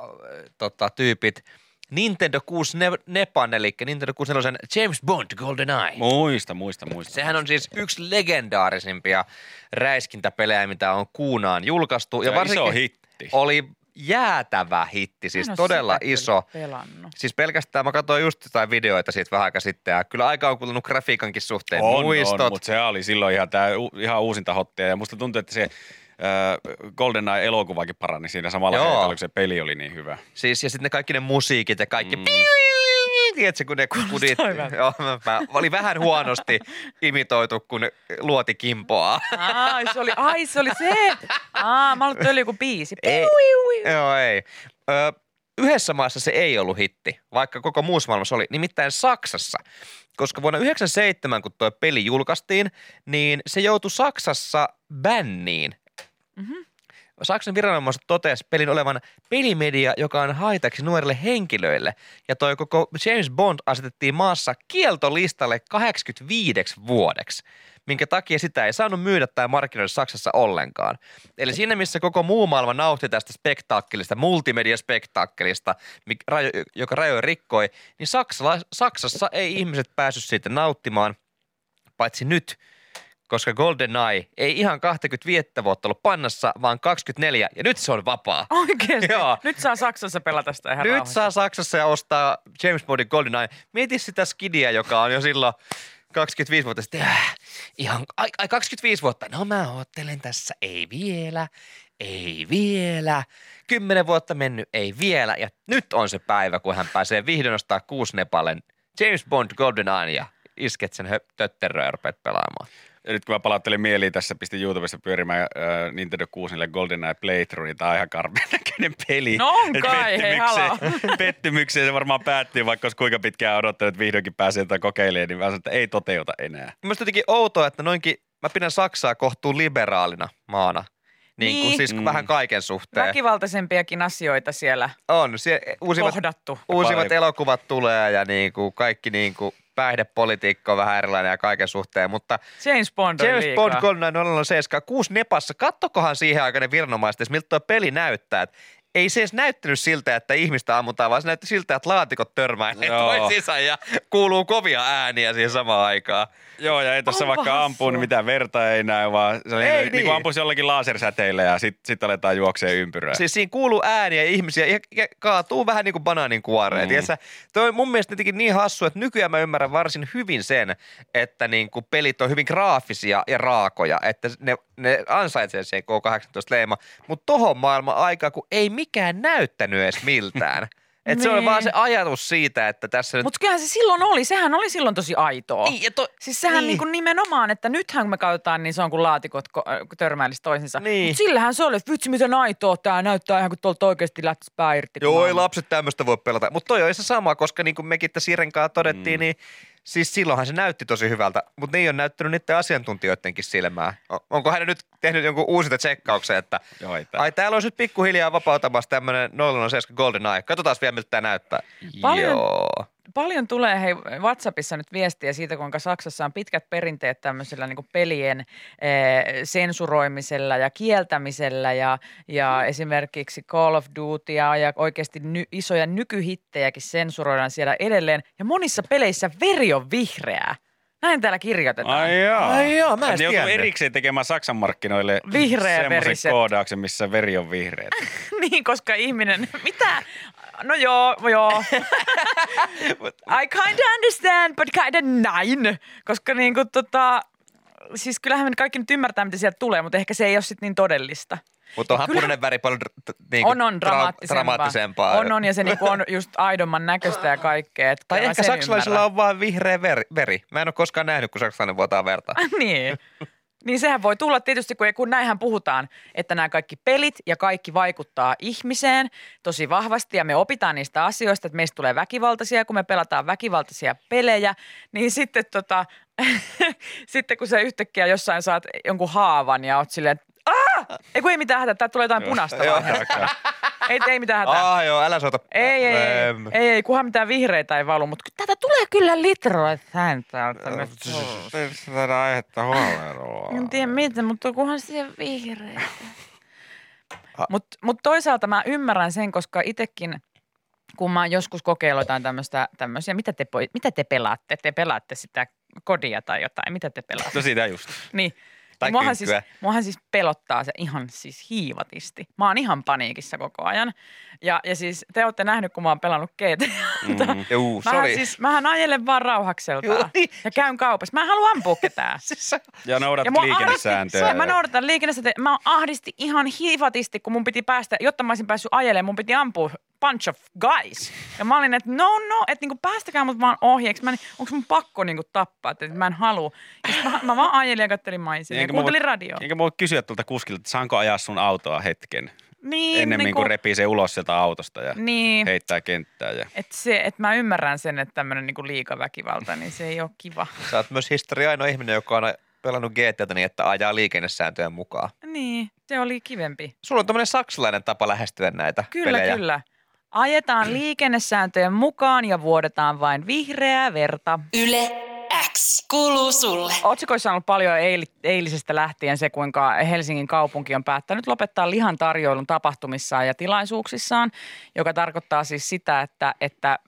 Speaker 3: tota, tyypit, Nintendo 6 ne- Nepan, eli Nintendo 6 nelosen James Bond Golden Eye.
Speaker 4: Muista, muista, muista.
Speaker 3: Sehän on siis yksi legendaarisimpia räiskintäpelejä, mitä on kuunaan julkaistu.
Speaker 4: Ja iso hitti.
Speaker 3: Oli jäätävä hitti, siis
Speaker 5: Mä en oo
Speaker 3: todella
Speaker 5: sitä kyllä
Speaker 3: iso.
Speaker 5: Pelannut.
Speaker 3: Siis pelkästään mä katsoin just jotain videoita siitä vähän aikaa sitten ja kyllä aika on kulunut grafiikankin suhteen.
Speaker 4: on,
Speaker 3: Muistot.
Speaker 4: on, mutta se oli silloin ihan, tää, u- ihan uusinta hottia. Ja musta tuntuu, että se äh, GoldenEye-elokuvakin parani siinä samalla
Speaker 3: Joo.
Speaker 4: kertaa, kun se peli oli niin hyvä.
Speaker 3: Siis, ja sitten ne kaikki ne musiikit ja kaikki... Mm. Tiedätkö, kun ne kudit...
Speaker 5: hyvältä.
Speaker 3: Joo, mä, mä, oli vähän huonosti imitoitu, kun luoti kimpoaa.
Speaker 5: Ai, se oli, ai, se oli se. Aa, mä olin, oli joku biisi.
Speaker 3: Ei.
Speaker 5: Piu, piu.
Speaker 3: Joo, ei. Ö, yhdessä maassa se ei ollut hitti, vaikka koko muussa maailmassa oli, nimittäin Saksassa. Koska vuonna 1997, kun tuo peli julkaistiin, niin se joutui Saksassa bänniin. Saksan viranomaiset totesi pelin olevan pelimedia, joka on haitaksi nuorille henkilöille. Ja toi koko James Bond asetettiin maassa kieltolistalle 85 vuodeksi, minkä takia sitä ei saanut myydä tai markkinoida Saksassa ollenkaan. Eli siinä, missä koko muu maailma nautti tästä spektaakkelista, multimediaspektaakkelista, mik- rajo- joka rajoja rikkoi, niin Saksala, Saksassa ei ihmiset päässyt siitä nauttimaan, paitsi nyt, koska GoldenEye ei ihan 25 vuotta ollut pannassa, vaan 24 ja nyt se on vapaa.
Speaker 5: Oikeesti?
Speaker 3: Joo.
Speaker 5: Nyt saa Saksassa pelata sitä ihan
Speaker 3: Nyt
Speaker 5: rauhassa.
Speaker 3: saa Saksassa ja ostaa James Bondin GoldenEye. Mieti sitä skidia, joka on jo silloin 25 vuotta sitten. Äh, ihan, ai, ai 25 vuotta. No mä oottelen tässä. Ei vielä. Ei vielä. Kymmenen vuotta mennyt. Ei vielä. Ja nyt on se päivä, kun hän pääsee vihdoin ostaa kuusnepalen James Bond GoldenEye ja isket sen höp- tötteröä ja rupeat pelaamaan.
Speaker 4: Ja nyt kun mä palauttelin mieliin tässä, pistin YouTubesta pyörimään äh, Nintendo 6 GoldenEye Playthrough, niin tää on ihan karmeen näköinen peli.
Speaker 5: No on
Speaker 4: Et
Speaker 5: kai, hei, haloo.
Speaker 4: pettymykseen, pettymykseen se varmaan päättyy, vaikka olisi kuinka pitkään odottanut, että vihdoinkin pääsee jotain kokeilemaan, niin mä sanoin, että ei toteuta enää.
Speaker 3: Mielestäni jotenkin outoa, että noinkin, mä pidän Saksaa kohtuu liberaalina maana. Niin, kuin
Speaker 5: Niin.
Speaker 3: siis
Speaker 4: Mm.
Speaker 3: vähän kaiken suhteen.
Speaker 5: Väkivaltaisempiakin asioita siellä
Speaker 3: On. Sie- uusimmat,
Speaker 5: kohdattu.
Speaker 3: uusimmat
Speaker 4: Paljon.
Speaker 3: elokuvat tulee ja niinku kaikki niinku päihdepolitiikka on vähän erilainen ja kaiken suhteen, mutta
Speaker 5: James Bond on
Speaker 3: James
Speaker 5: liikaa.
Speaker 3: Bond 007, kuusi nepassa, kattokohan siihen aikaan ne viranomaiset, edes, miltä tuo peli näyttää. Et ei se edes näyttänyt siltä, että ihmistä ammutaan, vaan se näytti siltä, että laatikot törmäilee
Speaker 4: Joo.
Speaker 3: toisiinsa ja kuuluu kovia ääniä siihen samaan aikaan.
Speaker 4: Joo, ja ei tässä
Speaker 5: Onpa
Speaker 4: vaikka ampuu,
Speaker 5: hassua.
Speaker 4: niin mitään verta ei näy, vaan se oli
Speaker 3: Ei
Speaker 4: ei, niin, niin.
Speaker 3: niin.
Speaker 4: kuin ampuisi jollakin lasersäteillä ja sitten sit aletaan juoksee ympyrää.
Speaker 3: Siis siinä kuuluu ääniä ja ihmisiä ja ja kaatuu vähän niin kuin banaanin kuoreen.
Speaker 4: Mm.
Speaker 3: Mm. Toi on mun mielestä jotenkin niin hassu, että nykyään mä ymmärrän varsin hyvin sen, että niin kuin pelit on hyvin graafisia ja raakoja, että ne, ne ansaitsee sen K18-leima. Mutta tohon maailman aikaa, kun ei mikään näyttänyt edes miltään. Et se on
Speaker 5: Niin.
Speaker 3: vaan se ajatus siitä, että tässä nyt...
Speaker 5: Mutta kyllähän se silloin oli, sehän oli silloin tosi aitoa.
Speaker 3: Niin, ja to,
Speaker 5: Siis sehän niin.
Speaker 3: Niin.
Speaker 5: Niinku nimenomaan, että nythän kun me katsotaan, niin se on kuin laatikot ko- äh, törmäilisi toisinsa.
Speaker 3: Niin.
Speaker 5: Mut sillähän se oli, että vitsi miten aitoa tämä näyttää ihan kuin tuolta oikeasti lähtisi pää irti. kun
Speaker 3: Joo, ei
Speaker 5: mä-
Speaker 3: lapset tämmöistä voi pelata. Mutta toi on ihan se sama, koska niin kuin mekin tässä Siren kanssa todettiin, mm. niin siis silloinhan se näytti tosi hyvältä, mutta ne ei ole näyttänyt niiden asiantuntijoidenkin silmää. O- Onko hän nyt tehnyt jonkun uusinta tsekkauksen, että
Speaker 4: Joo, ei tää-
Speaker 3: ai täällä olisi nyt pikkuhiljaa vapautamassa tämmöinen 007 Golden Eye. Katsotaan vielä, miltä tämä näyttää.
Speaker 5: Paljon-
Speaker 3: Joo.
Speaker 5: Paljon tulee hei WhatsAppissa nyt viestiä siitä, kuinka Saksassa on pitkät perinteet tämmöisellä niin pelien eh, sensuroimisella ja kieltämisellä ja, ja esimerkiksi Call of Dutya ja oikeasti ny, isoja nykyhittejäkin sensuroidaan siellä edelleen. Ja monissa peleissä veri on vihreää. Näin täällä kirjoitetaan.
Speaker 4: Ai joo.
Speaker 3: Ai joo, mä en
Speaker 4: Ne joutuu
Speaker 3: tiennyt.
Speaker 4: erikseen tekemään Saksan markkinoille
Speaker 5: Vihreä veriset.
Speaker 4: semmoisen koodauksen, missä veri on vihreä.
Speaker 5: niin, koska ihminen, mitä? No joo, joo. I kinda understand, but kinda nine. Koska niinku tota, siis kyllähän me kaikki nyt ymmärtää, mitä sieltä tulee, mutta ehkä se ei ole sitten niin todellista.
Speaker 3: Mutta onhan
Speaker 5: Kyllä-
Speaker 3: punainen väri paljon dr- niin
Speaker 5: on, on dramaattisempaa.
Speaker 3: dramaattisempaa.
Speaker 5: On, on, ja se niinku on just aidomman näköistä ja kaikkea. että
Speaker 3: Tai
Speaker 5: kyllä mä
Speaker 3: ehkä
Speaker 5: sen
Speaker 3: saksalaisilla
Speaker 5: ymmärrän.
Speaker 3: on vaan vihreä veri, veri. Mä en ole koskaan nähnyt, kun saksalainen vuotaa verta.
Speaker 5: niin. Niin sehän voi tulla tietysti, kun, kun näinhän puhutaan, että nämä kaikki pelit ja kaikki vaikuttaa ihmiseen tosi vahvasti ja me opitaan niistä asioista, että meistä tulee väkivaltaisia, kun me pelataan väkivaltaisia pelejä, niin sitten, tota, sitten kun sä yhtäkkiä jossain saat jonkun haavan ja oot silleen, että "Aah! ei kun ei mitään hätää, tää tulee jotain punaista vaan. Ei, ei mitään hätää.
Speaker 3: Ah joo, älä soita.
Speaker 5: Ei, ei, ei,
Speaker 3: Ähm.
Speaker 5: ei, ei, kunhan mitään vihreitä ei valu, mutta tätä tulee kyllä litroa täältä.
Speaker 3: Äh,
Speaker 5: siis
Speaker 3: siis-
Speaker 4: Tätä aihetta huolella.
Speaker 5: En tiedä miten, mutta kunhan se vihreä. Mutta mut toisaalta mä ymmärrän sen, koska itsekin, kun mä oon joskus kokeillut jotain tämmöistä, tämmöisiä, mitä te, poi- mitä te pelaatte? Te pelaatte sitä kodia tai jotain, mitä te pelaatte?
Speaker 4: No sitä just.
Speaker 5: Niin.
Speaker 3: Tai
Speaker 5: muahan siis,
Speaker 3: kynkkyä.
Speaker 5: muahan siis pelottaa se ihan siis hiivatisti. Mä oon ihan paniikissa koko ajan. Ja, ja siis te olette nähnyt, kun mä oon pelannut GTA.
Speaker 4: Mm.
Speaker 3: Juu,
Speaker 5: Mähän,
Speaker 3: sori.
Speaker 5: siis, mähän ajelen vaan
Speaker 3: Joo,
Speaker 5: rauhakseltaan
Speaker 3: niin.
Speaker 5: ja käyn kaupassa. Mä en halua ampua ketään.
Speaker 4: Ja noudat
Speaker 5: mua
Speaker 4: liikennesääntöjä.
Speaker 5: ahdisti, mä noudatan liikennesääntöjä. Mä ahdisti ihan hivatisti, kun mun piti päästä, jotta mä olisin päässyt ajelemaan, mun piti ampua bunch of guys. Ja mä olin, että no no, että niinku päästäkää mut vaan ohjeeksi. Mä en, onks mun pakko niinku tappaa, että mä en halua. Ja sit Mä, mä vaan ajelin ja kattelin maisia ja
Speaker 4: Enkä mä voi-
Speaker 5: kuuntelin radioa.
Speaker 4: Enkä mä voi kysyä tuolta kuskilta, että saanko ajaa sun autoa hetken,
Speaker 5: Niin,
Speaker 4: ennen niin kuin repii se ulos sieltä autosta ja
Speaker 5: niin.
Speaker 4: heittää kenttää. Ja...
Speaker 5: Et se, että mä ymmärrän sen, että tämmöinen niinku liikaväkivalta, niin se ei ole kiva.
Speaker 3: Sä oot myös historia ainoa ihminen, joka on pelannut GTAta niin, että ajaa liikennesääntöjen mukaan.
Speaker 5: Niin, se oli kivempi.
Speaker 3: Sulla on tämmöinen saksalainen tapa lähestyä näitä
Speaker 5: Kyllä,
Speaker 3: pelejä.
Speaker 5: kyllä. Ajetaan liikennesääntöjen mukaan ja vuodetaan vain vihreää verta.
Speaker 2: Yle X kuuluu sulle.
Speaker 5: Otsikoissa on ollut paljon eil- eilisestä lähtien se, kuinka Helsingin kaupunki on päättänyt lopettaa lihan tarjoilun tapahtumissaan ja tilaisuuksissaan, joka tarkoittaa siis sitä, että, että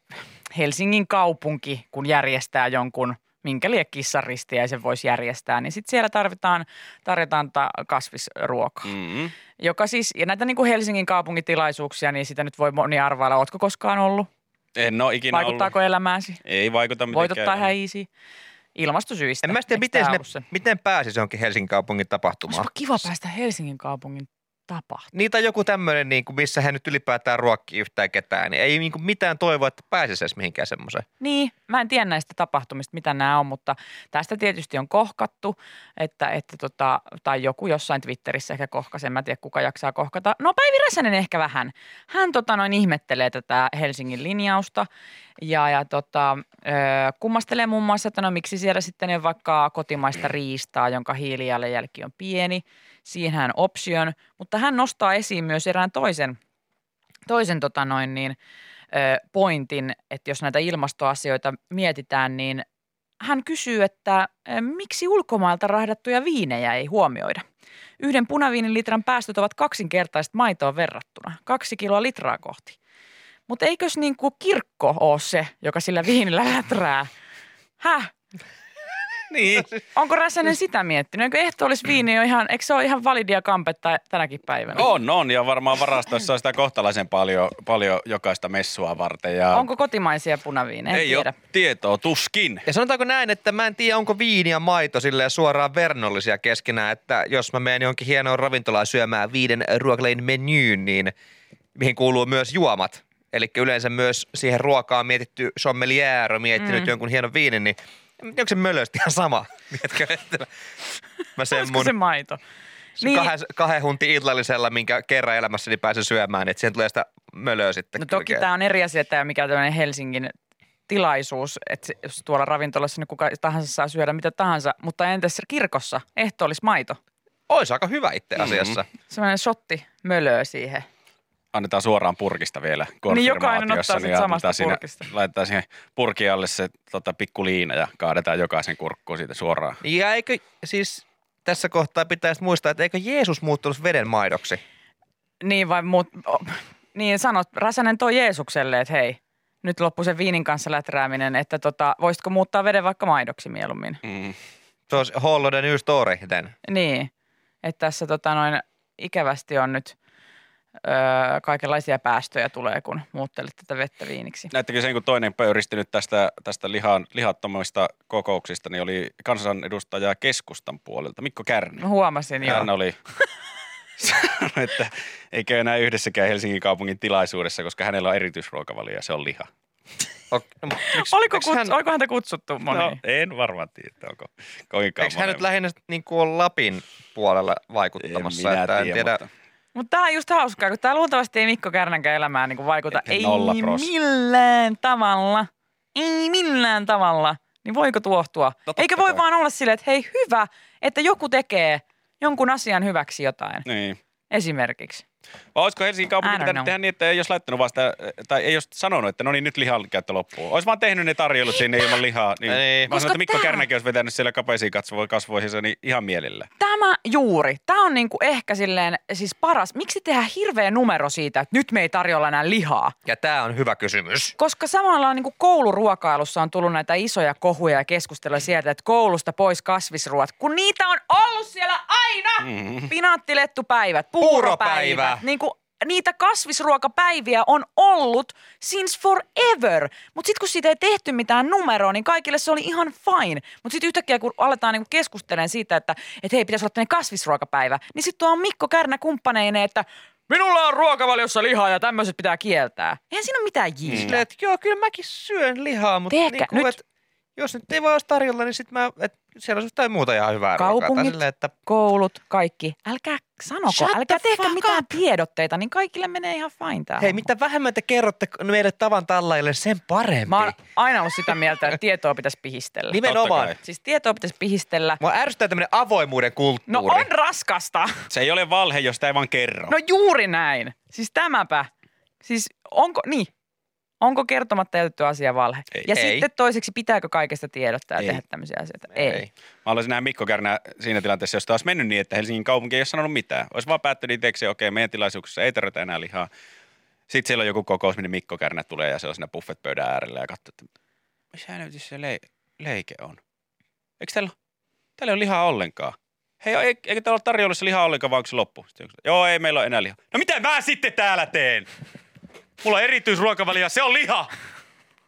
Speaker 5: Helsingin kaupunki, kun järjestää jonkun minkä lie kissaristiäisen voisi järjestää, niin sitten siellä tarvitaan, tarjotaan ta- kasvisruokaa. Mm.
Speaker 4: Mm-hmm.
Speaker 5: Joka siis, ja näitä niin kuin Helsingin kaupungitilaisuuksia, niin sitä nyt voi moni arvailla, ootko koskaan ollut?
Speaker 4: En ole ikinä
Speaker 5: Vaikuttaako ollut. elämääsi?
Speaker 4: ollut. Ei vaikuta mitenkään.
Speaker 5: Voit ottaa häisi ilmastosyistä.
Speaker 3: En mä tiedä,
Speaker 5: Eikö
Speaker 3: miten,
Speaker 5: tää
Speaker 3: sinne,
Speaker 5: ollut se?
Speaker 3: miten pääsisi johonkin Helsingin kaupungin tapahtumaan.
Speaker 5: Olisipa kiva päästä Helsingin kaupungin tapahtumaan.
Speaker 3: Niitä on joku tämmöinen, niin kuin, missä hän nyt ylipäätään ruokkii yhtään ketään. Niin ei niin kuin mitään toivoa, että pääsisi edes mihinkään semmoiseen.
Speaker 5: Niin, mä en tiedä näistä tapahtumista, mitä nämä on, mutta tästä tietysti on kohkattu, että, että tota, tai joku jossain Twitterissä ehkä kohkasi, en mä tiedä kuka jaksaa kohkata. No Päivi Räsänen ehkä vähän. Hän tota, noin ihmettelee tätä Helsingin linjausta ja, ja tota, ö, kummastelee muun muassa, että no miksi siellä sitten ei ole vaikka kotimaista riistaa, jonka hiilijalanjälki on pieni. Siinähän on option, mutta hän nostaa esiin myös erään toisen, toisen tota noin niin, ö, pointin, että jos näitä ilmastoasioita mietitään, niin hän kysyy, että ö, miksi ulkomailta rahdattuja viinejä ei huomioida? Yhden punaviinin litran päästöt ovat kaksinkertaiset maitoon verrattuna, kaksi kiloa litraa kohti. Mutta eikös niin kuin kirkko ole se, joka sillä viinillä läträä? Häh?
Speaker 4: Niin.
Speaker 5: Onko Räsänen sitä miettinyt? Eikö ehto olisi viini jo ihan, eikö se ole ihan validia kampetta tänäkin päivänä?
Speaker 4: On, on ja varmaan varastossa on sitä kohtalaisen paljon, paljon jokaista messua varten. Ja
Speaker 5: Onko kotimaisia punaviineja? En
Speaker 4: ei
Speaker 5: tiedä.
Speaker 4: ole tietoa, tuskin.
Speaker 3: Ja sanotaanko näin, että mä en tiedä, onko viini ja maito silleen suoraan vernollisia keskenään, että jos mä menen johonkin hienoon ravintolaan syömään viiden ruokalajin menyyn, niin mihin kuuluu myös juomat. Eli yleensä myös siihen ruokaan mietitty sommelier on miettinyt mm. jonkun hienon viinin, niin en tiedä, onko se mölösti ihan sama? Mietkö, että mä sen
Speaker 5: Olisiko
Speaker 3: mun
Speaker 5: se maito?
Speaker 3: niin. kahden, kahden huntin illallisella, minkä kerran elämässäni pääsen syömään, että siihen tulee sitä mölöä sitten.
Speaker 5: No toki
Speaker 3: kylkeen.
Speaker 5: tämä on eri asia, että tämä on mikään tämmöinen Helsingin tilaisuus, että se- jos tuolla ravintolassa niin kuka tahansa saa syödä mitä tahansa, mutta entäs kirkossa? Ehto olisi maito.
Speaker 3: Ois aika hyvä itse asiassa. Mm.
Speaker 5: Semmoinen shotti mölöö siihen.
Speaker 4: Annetaan suoraan purkista vielä
Speaker 5: Niin jokainen ottaa
Speaker 4: konfirmaatiossa,
Speaker 5: sit samasta
Speaker 4: annetaan siinä-
Speaker 5: purkista.
Speaker 4: Laitetaan siihen purkin alle se tota, pikku liina ja kaadetaan jokaisen kurkkuun siitä suoraan.
Speaker 3: Ja eikö siis tässä kohtaa pitäisi muistaa, että eikö Jeesus muuttunut veden maidoksi?
Speaker 5: Niin vai muut, o, niin sanot, Räsänen toi Jeesukselle, että hei, nyt loppu se viinin kanssa läträäminen, että tota, voisitko muuttaa veden vaikka maidoksi mieluummin.
Speaker 4: Mm.
Speaker 3: Se olisi whole the new story then.
Speaker 5: Niin, että tässä tota noin ikävästi on nyt öö, kaikenlaisia päästöjä tulee, kun muuttelet tätä vettä viiniksi.
Speaker 4: Näettekö sen, kun toinen pöyristynyt tästä, tästä lihan, lihattomista kokouksista, niin oli kansanedustaja keskustan puolelta, Mikko Kärni.
Speaker 5: Mä huomasin jo.
Speaker 4: Hän oli sanonut, että eikä enää yhdessäkään Helsingin kaupungin tilaisuudessa, koska hänellä on erityisruokavalio ja se on liha.
Speaker 3: Okay. No, mut miksi-
Speaker 5: Oliko
Speaker 3: eiks
Speaker 5: kutsu,
Speaker 3: hän,
Speaker 5: Oliko häntä kutsuttu moniin?
Speaker 4: No, en varmaan tiedä, että onko koinkaan
Speaker 3: eikö hän nyt lähinnä niin kuin ole Lapin puolella vaikuttamassa?
Speaker 4: En minä
Speaker 3: että en
Speaker 4: tiedä,
Speaker 3: tiedä.
Speaker 4: mutta-
Speaker 5: Mutta tämä on just hauskaa, kun tämä luultavasti ei Mikko Kärnänkään elämään niin vaikuta.
Speaker 4: Ei
Speaker 5: ei
Speaker 4: nolla pros.
Speaker 5: millään tavalla. Ei millään tavalla. Niin voiko tuohtua?
Speaker 4: No totta
Speaker 5: Eikä voi
Speaker 4: kai.
Speaker 5: vaan olla silleen, että hei hyvä, että joku tekee jonkun asian hyväksi jotain.
Speaker 4: Niin.
Speaker 5: Esimerkiksi.
Speaker 4: Vai olisiko Helsingin
Speaker 5: I
Speaker 4: kaupunki
Speaker 5: don't
Speaker 4: pitänyt
Speaker 5: know.
Speaker 4: tehdä niin, että ei olisi laittanut vaan sitä, tai ei olisi sanonut, että no niin, nyt lihan käyttö loppuu. Olisi vaan tehnyt ne tarjoulut sinne ilman lihaa. Niin.
Speaker 3: Niin.
Speaker 4: Mä
Speaker 5: Koska
Speaker 4: sanoin, että Mikko
Speaker 5: tää-
Speaker 4: Kärnäkin olisi vetänyt siellä kapeisiin kasvo- kasvoihinsa, niin ihan mielellä.
Speaker 5: Tämä juuri. Tämä on niinku ehkä silleen, siis paras. Miksi tehdään hirveä numero siitä, että nyt me ei tarjolla enää lihaa?
Speaker 3: Ja tämä on hyvä kysymys.
Speaker 5: Koska samalla niin kuin kouluruokailussa on tullut näitä isoja kohuja ja keskusteluja sieltä, että koulusta pois kasvisruoat, kun niitä on ollut siellä aina. Mm-hmm. Pinaattilettupäivät,
Speaker 3: Puuropäivä.
Speaker 5: puuropäivät, niin kuin niitä kasvisruokapäiviä on ollut since forever. Mutta sitten kun siitä ei tehty mitään numeroa, niin kaikille se oli ihan fine. Mutta sitten yhtäkkiä kun aletaan niinku keskustelemaan siitä, että et hei pitäisi olla tämmöinen kasvisruokapäivä, niin sitten tuo on Mikko Kärnä kumppaneineen, että minulla on ruokavaliossa lihaa ja tämmöiset pitää kieltää. Eihän siinä ole mitään
Speaker 4: Mm.
Speaker 5: jiitä.
Speaker 3: Silleen, että joo, kyllä mäkin syön lihaa, mutta
Speaker 5: Tehkää
Speaker 3: niin kuin,
Speaker 5: nyt.
Speaker 3: että jos nyt ei vaan olisi tarjolla, niin sitten mä, että siellä on jotain muuta ihan hyvää ruokaa. Tai
Speaker 5: Kaupungit.
Speaker 3: silleen, että
Speaker 5: koulut, kaikki. Älkää sanoko,
Speaker 3: Shut the
Speaker 5: älkää tehkää
Speaker 3: fuck
Speaker 5: mitään tiedotteita, niin kaikille menee ihan fine tää
Speaker 3: hei,
Speaker 5: homma.
Speaker 3: mitä vähemmän te kerrotte meille tavan tallaille, sen parempi.
Speaker 5: Mä oon aina ollut sitä mieltä, että tietoa pitäisi pihistellä.
Speaker 3: Nimenomaan.
Speaker 4: Totta kai.
Speaker 5: Siis tietoa pitäisi pihistellä.
Speaker 3: Mua ärsyttää tämmöinen avoimuuden kulttuuri.
Speaker 5: No on raskasta.
Speaker 4: Se ei ole valhe, jos sitä ei vaan kerro.
Speaker 5: No juuri näin. Siis tämäpä. Siis onko, niin. Onko kertomatta jätetty asia valhe?
Speaker 4: Ei.
Speaker 5: ja
Speaker 3: Ei.
Speaker 5: sitten toiseksi, pitääkö kaikesta tiedottaa ja
Speaker 4: Ei.
Speaker 5: tehdä tämmöisiä asioita? Ei.
Speaker 3: Ei.
Speaker 5: Ei.
Speaker 4: Mä olisin näin Mikko Kärnä siinä tilanteessa, jos tämä olisi mennyt niin, että Helsingin kaupunki ei ole sanonut mitään. Olisi vaan päättänyt itsekseen, okei, meidän tilaisuuksissa ei tarvita enää lihaa. Sitten siellä on joku kokous, minne Mikko Kärnä tulee ja se on siinä buffetpöydän äärellä ja katsoo, että missä näytös se le- siis leike on. eikö teillä, teillä ei ole lihaa ollenkaan? Hei, ei- eikö teillä ole tarjolla se lihaa ollenkaan, vai onko se loppu? Sitten yksi, Joo, ei meillä ole enää lihaa. No mitä mä sitten täällä teen? Mulla on erityisruokavalio, se on liha.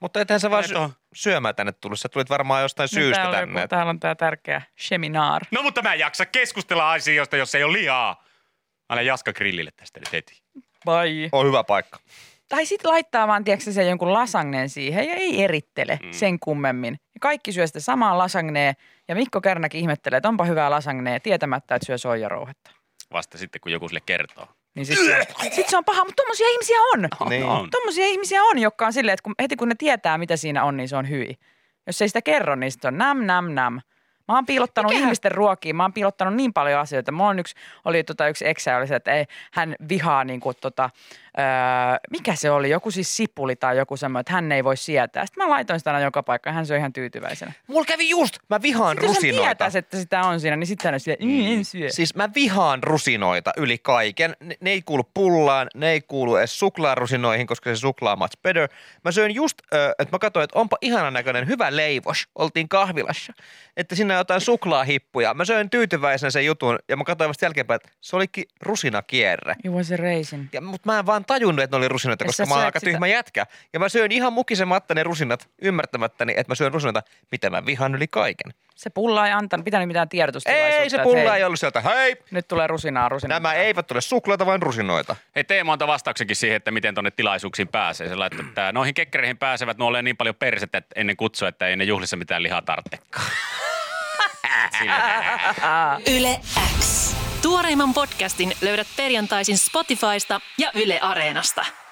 Speaker 3: Mutta ethän sä vaan
Speaker 4: Näin
Speaker 3: sy-
Speaker 4: on.
Speaker 3: syömään tänne tullut. Sä tulit varmaan jostain syystä
Speaker 5: täällä, on
Speaker 3: tänne.
Speaker 5: No joku, täällä on tämä tärkeä seminaar.
Speaker 4: No mutta mä en jaksa keskustella asioista, jos ei ole lihaa. Anna Jaska grillille tästä nyt heti.
Speaker 5: Bye.
Speaker 3: On hyvä paikka.
Speaker 5: Tai sitten laittaa vaan, tiedätkö, sen jonkun lasagnen siihen ja ei erittele
Speaker 4: Mm.
Speaker 5: mm. sen kummemmin. Ja Kaikki syö sitä samaa lasagnea ja Mikko Kärnäkin ihmettelee, että onpa hyvää lasagnea tietämättä, että syö soijarouhetta.
Speaker 4: Vasta sitten, kun joku sille kertoo.
Speaker 5: Niin sit se, on, sit se on paha, mutta tommosia ihmisiä on.
Speaker 3: Niin.
Speaker 4: On.
Speaker 5: Tommosia ihmisiä on, jotka on silleen, että kun, heti kun ne tietää, mitä siinä on, niin se on hyi. Jos ei sitä kerro, niin sit se on nam, nam, nam. Mä oon piilottanut Mikähän? ihmisten ruokia, mä oon piilottanut niin paljon asioita. Mulla on yksi, oli tota, yksi eksä, oli se, että ei, hän vihaa niin kuin, tota, öö, mikä se oli, joku siis sipuli tai joku semmoinen, että hän ei voi sietää. Sitten mä laitoin sitä aina joka paikkaan, hän söi ihan tyytyväisenä.
Speaker 3: Mulla kävi just. Mä vihaan
Speaker 5: Sitten jos hän
Speaker 3: rusinoita.
Speaker 5: tietäisi, että sitä on siinä, niin sitten hän on silleen, mm, en syö.
Speaker 3: Siis mä vihaan rusinoita yli kaiken. Ne, ne ei kuulu pullaan, ne ei kuulu edes suklaarusinoihin, koska se suklaa much better. Mä söin just, ö, että mä katsoin, että onpa ihanan näköinen hyvä leivos. Oltiin kahvilassa. Että siinä on jotain suklaahippuja. Mä söin tyytyväisenä sen jutun ja mä katsoin vasta jälkeenpäin, että se olikin rusinakierre.
Speaker 5: It was a raisin.
Speaker 3: Ja, mutta mä en vaan tajunnut, että ne oli rusinoita,
Speaker 5: Ja
Speaker 3: koska
Speaker 5: sä
Speaker 3: mä oon
Speaker 5: syöt
Speaker 3: aika
Speaker 5: sitä.
Speaker 3: tyhmä jätkä. Ja mä syön ihan mukisematta ne rusinat, ymmärtämättäni, että mä syön rusinoita, mitä mä vihaan yli kaiken.
Speaker 5: Se pulla ei antanut, pitänyt mitään tiedotustilaisuutta.
Speaker 3: Ei, se
Speaker 5: että
Speaker 3: pulla
Speaker 5: hei,
Speaker 3: ei ollut sieltä, hei,
Speaker 5: Nyt tulee rusinaa rusinaa.
Speaker 3: nämä eivät ole suklaata, vaan rusinoita.
Speaker 4: Hei Teemu antoi vastauksenkin siihen, että miten tonne tilaisuuksiin pääsee. Se laittoi, että noihin kekkereihin pääsevät nuoleen niin paljon persettä että ennen kutsua, että ei ne juhlissa mitään lihaa tarvitsekaan. Sillä-
Speaker 2: Yle X. Tuoreimman podcastin löydät perjantaisin Spotifysta ja Yle Areenasta.